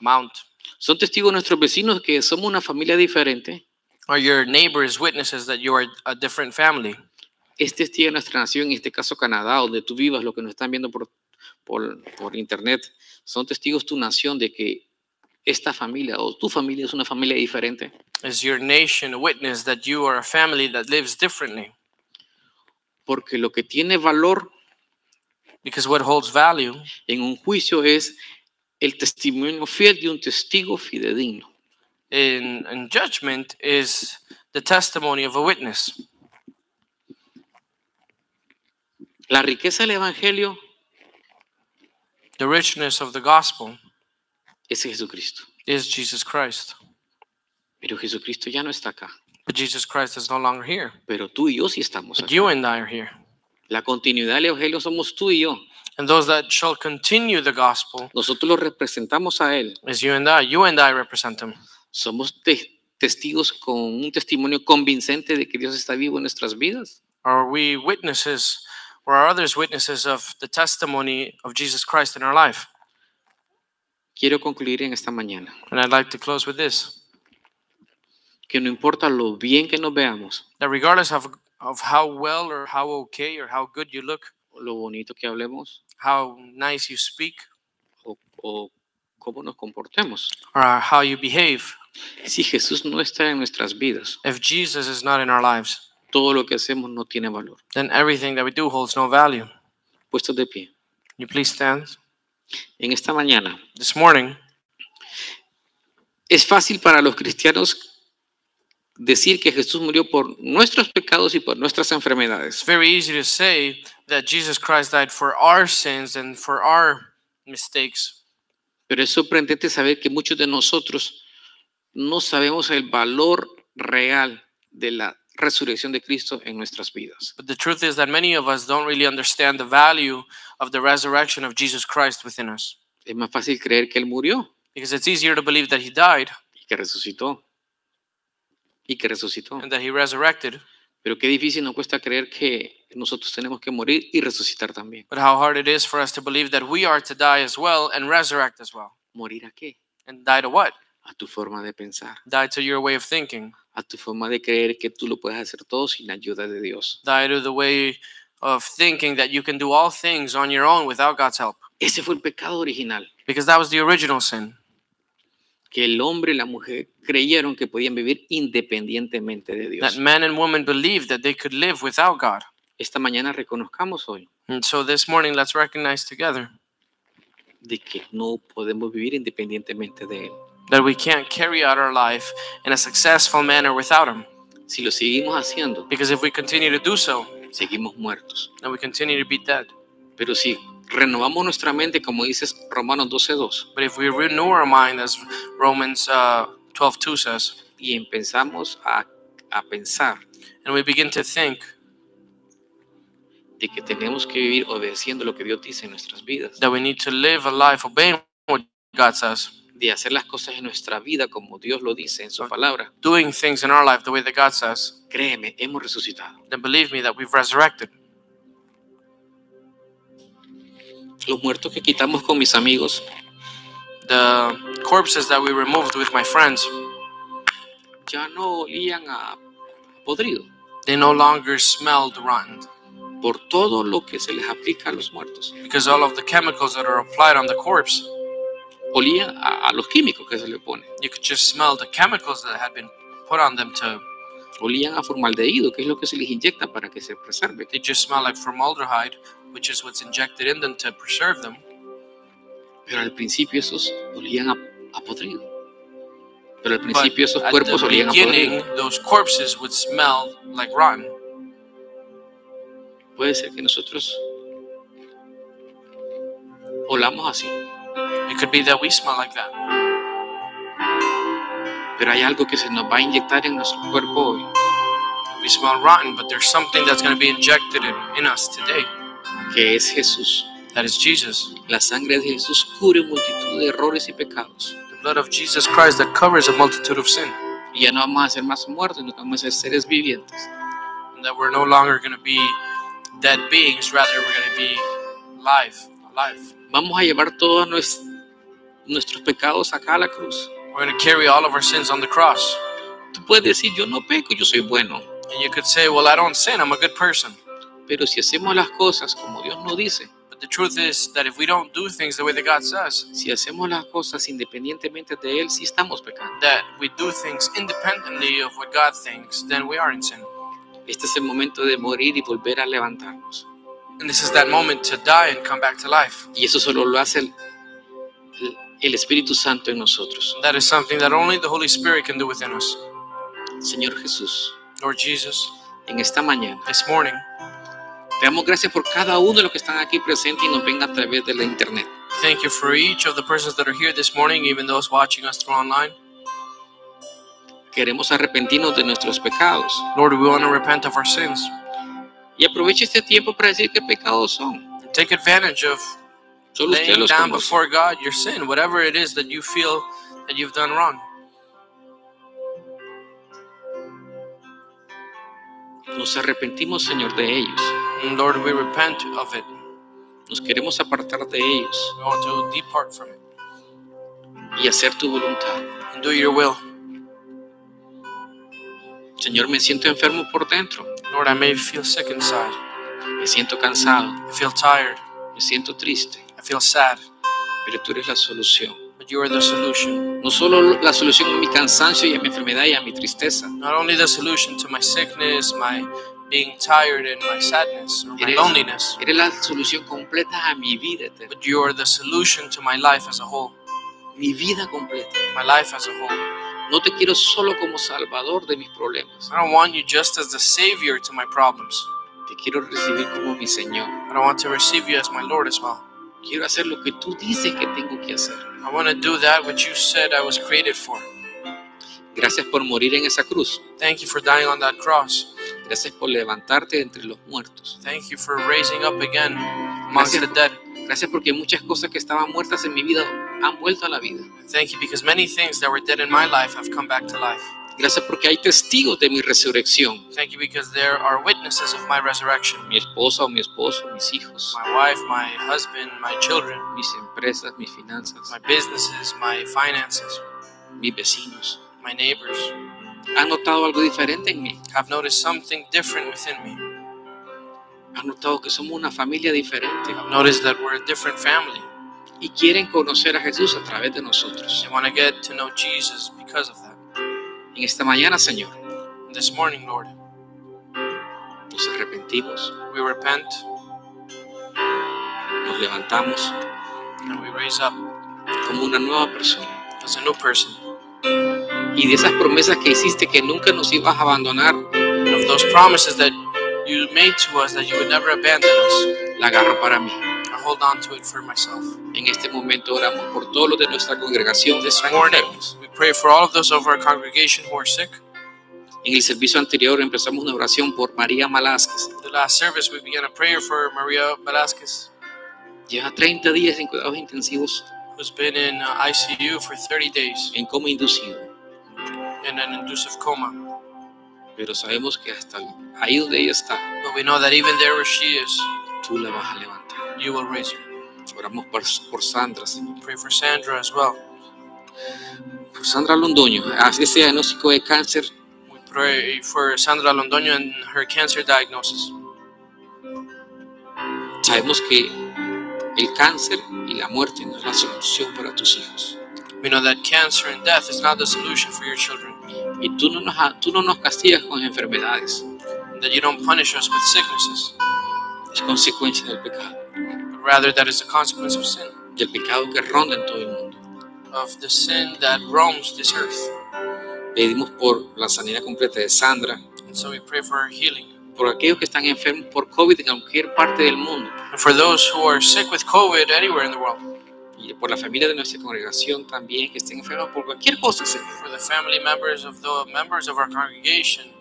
C: amount?
B: Son testigos nuestros vecinos que somos una familia diferente.
C: Are your neighbors witnesses that you are a different family?
B: Es testigo de nuestra nación, en este caso Canadá, donde tú vivas, lo que nos están viendo por, por, por internet. Son testigos tu nación de que esta familia o tu familia es una familia diferente.
C: Is your nation a witness that you are a family that lives differently?
B: Porque lo que tiene valor
C: Because what holds value
B: en un juicio es el testimonio fiel de un testigo fidedigno.
C: in, in judgment is the testimony of a witness.
B: La riqueza del Evangelio
C: The richness of the gospel
B: es Jesucristo.
C: is Jesus Christ.
B: Pero Jesucristo ya no está acá.
C: But Jesus Christ is no longer here.
B: Pero tú y yo sí estamos
C: But
B: aquí.
C: you and I are here.
B: La continuidad del Evangelio somos tú y yo.
C: And those that shall continue the gospel
B: Nosotros lo representamos a Él.
C: is you and I. You and I represent him.
B: Somos te- testigos con un testimonio convincente de que Dios está vivo en nuestras vidas.
C: Are we witnesses or are others witnesses of the testimony of Jesus Christ in our life?
B: Quiero concluir en esta mañana
C: And I'd like to close with this.
B: que no importa lo bien que nos veamos,
C: that regardless of of how well or how okay or how good you look,
B: lo bonito que hablemos
C: how nice you speak,
B: o, o cómo nos comportemos,
C: or how you behave,
B: si Jesús no está en nuestras vidas,
C: if Jesus is not in our lives,
B: todo lo que hacemos no tiene valor.
C: then everything that we do holds no value.
B: Puestos de pie.
C: You please stand.
B: En esta mañana
C: This morning,
B: es fácil para los cristianos decir que Jesús murió por nuestros pecados y por nuestras enfermedades.
C: it's very easy to say that Jesus Christ died for our sins and for our mistakes,
B: Pero es sorprendente saber que muchos de nosotros no sabemos el valor real de la resurrección de Cristo en nuestras vidas.
C: but the truth is that many of us don't really understand the value of the resurrection of Jesus Christ within us.
B: Es más fácil creer que Él murió
C: Because it's easier to believe that he died
B: y que resucitó. Y que resucitó.
C: and that he resurrected
B: Pero qué difícil nos cuesta creer que nosotros tenemos que morir y resucitar también.
C: but how hard it is for us to believe that we are to die as well and resurrect as well.
B: ¿Morir a qué?
C: And die to what?
B: a tu forma de pensar,
C: Die to your way of thinking.
B: a tu forma de creer que tú lo puedes hacer todo sin la ayuda de Dios.
C: Die to the way of thinking that you can do all things on your own without God's help.
B: Ese fue el pecado original,
C: Because that was the original sin.
B: que el hombre y la mujer creyeron que podían vivir independientemente de
C: That
B: Dios.
C: men and women believed that they could live without God.
B: Esta mañana reconozcamos hoy
C: And so this morning, let's recognize together
B: de que no podemos vivir independientemente de Él.
C: that we can't carry out our life in a successful manner without Him.
B: Si lo seguimos haciendo,
C: Because if we continue to do so,
B: seguimos muertos.
C: then we continue to be dead.
B: Pero si renovamos nuestra mente, como dices Romanos 12.2,
C: But if we renew our mind, as Romans uh, 12 2 says,
B: y empezamos a, a pensar
C: and we begin to think
B: de que tenemos que vivir obedeciendo lo que Dios dice en nuestras vidas,
C: that we need to live a life obeying what God says,
B: de hacer las cosas en nuestra vida como Dios lo dice en su palabra,
C: doing things in our life the way that God says,
B: créeme, hemos resucitado.
C: then believe me that we've resurrected.
B: Los muertos que quitamos con mis amigos
C: The corpses that we removed with my friends,
B: ya no olían a podrido
C: they no longer smelled rotten
B: por todo lo que se les aplica a los muertos.
C: because all of the chemicals that are applied on the corpse,
B: Olía a, a los químicos que se le pone.
C: you could just smell the chemicals that had been put on them to,
B: Olían a formaldehído, que es lo que se les inyecta para que se preserve.
C: they just smell like formaldehyde, which is what's injected in them to preserve them.
B: Pero al principio esos olían a, a podrido. Pero al
C: But
B: principio esos
C: at
B: cuerpos
C: the
B: olían a podrido.
C: beginning, those corpses would smell like rotten.
B: Puede ser que nosotros olamos así,
C: It could be that we smell like that.
B: pero hay algo que se nos va a inyectar en nuestro cuerpo hoy
C: We smell rotten, but there's something that's going to be injected in, in us today.
B: que es Jesús.
C: That is Jesus.
B: La sangre de Jesús cubre multitud de errores y pecados.
C: The blood of Jesus Christ that covers a multitude of sin.
B: Y ya no vamos a ser más muertos, sino que vamos a ser seres vivientes.
C: And that we're no longer going to be dead beings, rather, we're going to be alive. Alive.
B: Vamos a llevar todos nues- nuestros pecados acá a la cruz.
C: We're going to carry all of our sins on the cross.
B: Tú puedes decir, yo no peco, yo soy bueno.
C: And you could say, Well, I don't sin, I'm a good person.
B: Pero si hacemos las cosas como Dios nos dice,
C: But the truth is that if we don't do things the way that God says,
B: si hacemos las cosas independientemente de Él, sí estamos pecando.
C: that we do things independently of what God thinks, then we are in sin.
B: Este es el momento de morir y volver a levantarnos.
C: And this is that moment to die and come back to life.
B: Y eso solo lo hace el, el- el Espíritu Santo en nosotros.
C: That is something that only the Holy Spirit can do within us.
B: Señor Jesús,
C: Lord Jesus,
B: en esta mañana,
C: this morning,
B: te damos gracias por cada uno de los que están aquí presentes y nos ven a través de la internet.
C: thank you for each of the persons that are here this morning, even those watching us through online.
B: Queremos arrepentirnos de nuestros pecados.
C: Lord, we want to repent of our sins
B: Y aprovecha este tiempo para decir qué pecados son.
C: and take advantage of
B: Solo usted
C: laying
B: los
C: down
B: conoce.
C: before God your sin, whatever it is that you feel that you've done wrong.
B: Nos arrepentimos, Señor, de ellos.
C: And Lord, we repent of it.
B: Nos queremos apartar de ellos
C: We want to depart from it
B: y hacer tu voluntad.
C: and do your will.
B: Señor, me siento enfermo por dentro,
C: Lord, I may feel sick inside.
B: me siento cansado,
C: I feel tired.
B: me siento triste,
C: I feel sad.
B: pero tú eres la solución.
C: But you are the solution.
B: No solo la solución a mi cansancio y a mi enfermedad y a mi tristeza,
C: Not only the solution to my sickness, my being tired, and my sadness, or
B: It
C: my
B: is.
C: loneliness,
B: eres la solución completa a mi vida eterna,
C: but you are the solution to my life as a whole.
B: mi vida completa.
C: My life as a whole.
B: No te quiero solo como salvador de mis problemas,
C: I don't want you just as the savior to my problems.
B: te quiero recibir como mi Señor.
C: But I want to receive you as my Lord as well.
B: Quiero hacer lo que tú dices que tengo que hacer.
C: I want to do that which you said I was created for.
B: Gracias por morir en esa cruz,
C: Thank you for dying on that cross.
B: gracias por levantarte de entre los muertos,
C: Thank you for raising up again amongst the dead.
B: gracias porque muchas cosas que estaban muertas en mi vida han vuelto a la vida.
C: Thank you because many things that were dead in my life have come back to life.
B: Gracias porque hay testigos de mi resurrección.
C: Thank you because there are witnesses of my resurrection.
B: Mi esposa o mi esposo, mis hijos,
C: my wife, my husband, my children,
B: mis empresas, mis finanzas,
C: my businesses, my finances,
B: mis vecinos.
C: my neighbors.
B: ¿Han notado algo diferente en mí?
C: I've noticed something different within me.
B: ¿Han notado que somos una familia diferente?
C: I've noticed that we're a different family.
B: Y quieren conocer a Jesús a través de nosotros.
C: They want to get to know Jesus because of that.
B: En esta mañana, Señor,
C: This morning, Lord,
B: nos arrepentimos,
C: we repent
B: nos levantamos
C: and we raise up
B: como una nueva persona.
C: as a new person.
B: Y de esas promesas que hiciste que nunca nos ibas a abandonar,
C: And of those promises that you made to us that you would never abandon us,
B: la agarro para mí.
C: I hold on to it for myself.
B: En este momento oramos por todos los de nuestra congregación que
C: This
B: están
C: morning,
B: enfermos.
C: we pray for all of those of our congregation who are sick.
B: En el servicio anterior empezamos una oración por María Malásquez.
C: The last service, we began a prayer for Maria Velasquez,
B: Lleva 30 días en cuidados intensivos
C: who's been in uh, ICU for 30 days
B: en coma inducido,
C: in an inducive coma.
B: pero sabemos que hasta ahí donde ella está,
C: But we know that even there where she is,
B: tú la vas a levantar.
C: you will raise her.
B: Oramos por, por Sandra, Señor.
C: We pray for Sandra as well.
B: Por Sandra Londoño, hace ese diagnóstico de cáncer
C: We pray for Sandra Londoño and her cancer diagnosis.
B: Sabemos que el cáncer y la muerte no es la solución para tus hijos.
C: We know that cancer and death is not the solution for your children,
B: Y tú no nos, ha- tú no nos castigas con enfermedades,
C: and that you don't punish us with sicknesses,
B: es consecuencia del pecado,
C: but rather that is a consequence of sin,
B: del pecado que ronda en todo el mundo.
C: of the sin that roams this earth.
B: Pedimos por la sanidad completa de Sandra,
C: And so we pray for her healing.
B: por aquellos que están enfermos por COVID en cualquier parte del mundo,
C: And for those who are sick with COVID anywhere in the world,
B: y por la familia de nuestra congregación también, que estén enfermos por cualquier cosa, Señor.
C: for the family members of the members of our congregation,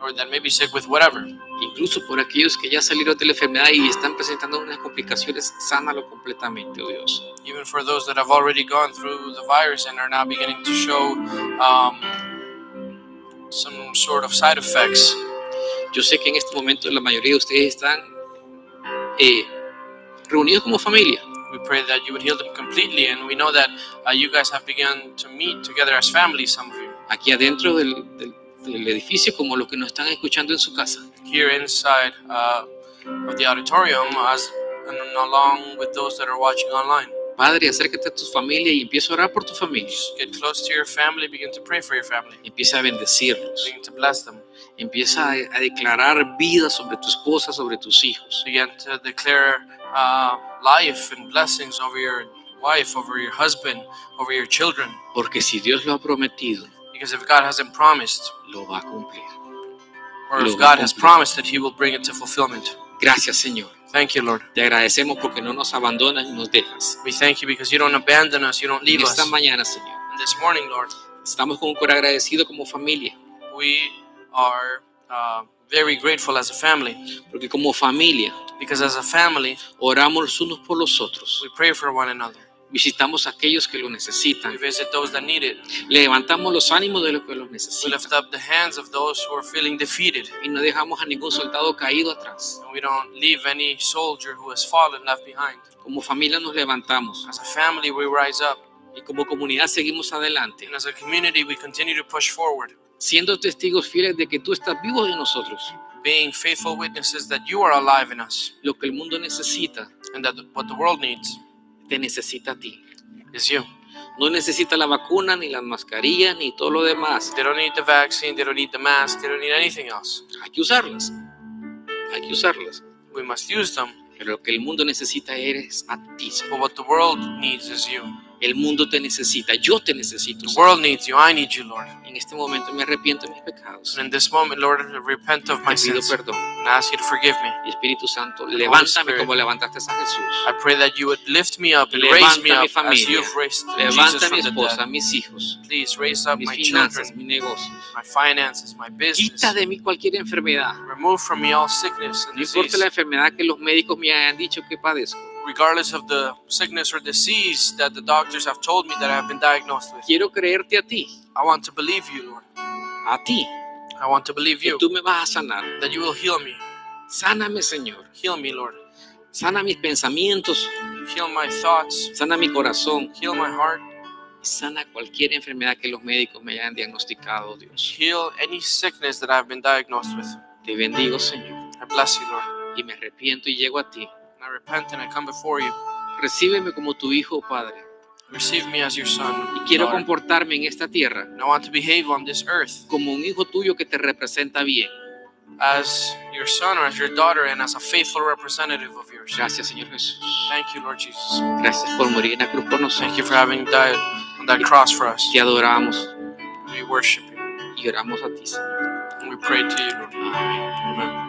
C: or that may be sick with whatever,
B: Incluso por aquellos que ya salieron de la enfermedad y están presentando unas complicaciones, sánalo completamente, oh Dios.
C: even for those that have already gone through the virus and are now beginning to show um, some sort of side effects.
B: Yo sé que en este momento la mayoría de ustedes están eh, reunidos como familia,
C: We pray that you would heal them completely, and we know that uh, you guys have begun to meet together as families, some of you,
B: aquí adentro del, del- del edificio, como los que nos están escuchando en su casa.
C: here inside uh, of the auditorium, as and along with those that are watching online.
B: Padre, acércate a tu familia y empieza a orar por tu familia.
C: Get close to your family, begin to pray for your family,
B: Empieza a bendecirlos.
C: begin to bless them,
B: Empieza a, a declarar vida sobre tu esposa, sobre tus hijos.
C: begin to declare uh, life and blessings over your wife, over your husband, over your children.
B: Porque si Dios lo ha prometido,
C: Because if God hasn't promised,
B: lo va a cumplir.
C: or if God has promised that He will bring it to fulfillment.
B: Gracias, Señor.
C: Thank you, Lord.
B: Te agradecemos porque no nos abandonas y nos dejas.
C: We thank you because you don't abandon us, you don't
B: En
C: leave us.
B: esta mañana, Señor,
C: And this morning, Lord,
B: estamos con un corazón agradecido como familia.
C: we are uh, very grateful as a family
B: Porque como familia
C: because as a family,
B: oramos los unos por los otros,
C: we pray for one another.
B: visitamos a aquellos que lo
C: We
B: necesitan,
C: visit those that need it.
B: le levantamos los ánimos de los que los
C: We
B: necesitan
C: lift up the hands of those who are feeling defeated.
B: y no dejamos a ningún soldado caído atrás.
C: And we don't leave any soldier who has fallen left behind.
B: Como familia nos levantamos
C: As a family, we rise up.
B: y como comunidad seguimos adelante,
C: And as a community, we continue to push forward,
B: siendo testigos fieles de que tú estás vivo de nosotros.
C: being faithful witnesses that you are alive in us
B: Lo que el mundo necesita,
C: and that what the world needs
B: te necesita a ti.
C: is you.
B: No necesita la vacuna, ni las mascarillas, ni todo lo demás.
C: They don't need the vaccine, they don't need the mask, they don't need anything else.
B: Hay que usarlas, hay que usarlas.
C: We must use them
B: Pero lo que el mundo necesita eres a ti, Señor.
C: But what the world needs is you.
B: El mundo te necesita, yo te necesito.
C: The
B: Señor.
C: world needs you. I need you, Lord.
B: En este momento me arrepiento de mis pecados.
C: And in this moment, Lord, I repent of my
B: Te pido
C: sins
B: perdón.
C: and ask you to forgive me.
B: Y Espíritu Santo, levántame
C: Spirit.
B: como levantaste a Jesús.
C: I pray that you would lift me up and
B: Levanta
C: raise me
B: mi
C: up as
B: familia.
C: you've raised Jesus
B: Levanta a mi
C: from the
B: esposa, a
C: dead.
B: mis hijos,
C: Please raise up
B: mis
C: my
B: finanzas,
C: children,
B: mis negocios.
C: my finances, my business.
B: Quita de mí cualquier enfermedad.
C: Remove from me all sickness and
B: No importa
C: disease,
B: la enfermedad que los médicos me hayan dicho que padezco.
C: regardless of the sickness or disease that the doctors have told me that I have been diagnosed with.
B: Quiero creerte a ti,
C: I want to believe you, Lord.
B: a ti,
C: I want to believe
B: que
C: you
B: tú me vas a sanar.
C: that you will heal me.
B: Sáname, Señor.
C: Heal me, Lord.
B: Sana mis pensamientos,
C: Heal my thoughts.
B: sana mi corazón,
C: Heal my heart.
B: Sana cualquier enfermedad que los médicos me hayan diagnosticado, Dios.
C: Heal any sickness that I've been diagnosed with.
B: Te bendigo, Señor,
C: I bless you, Lord.
B: y me arrepiento y llego a ti.
C: And I repent and I come before you.
B: Recíbeme como tu hijo, Padre,
C: Receive me as your son.
B: y quiero
C: daughter.
B: comportarme en esta tierra
C: And I want to behave on this earth
B: como un hijo tuyo que te representa bien.
C: as your son or as your daughter and as a faithful representative of yours.
B: Gracias, Señor Jesús.
C: Thank you, Lord Jesus.
B: Gracias por morir en la cruz por nosotros.
C: Thank you for having died on that cross for us.
B: Te adoramos
C: We worship you.
B: y oramos a ti, Señor.
C: We pray to you, Lord. Amen.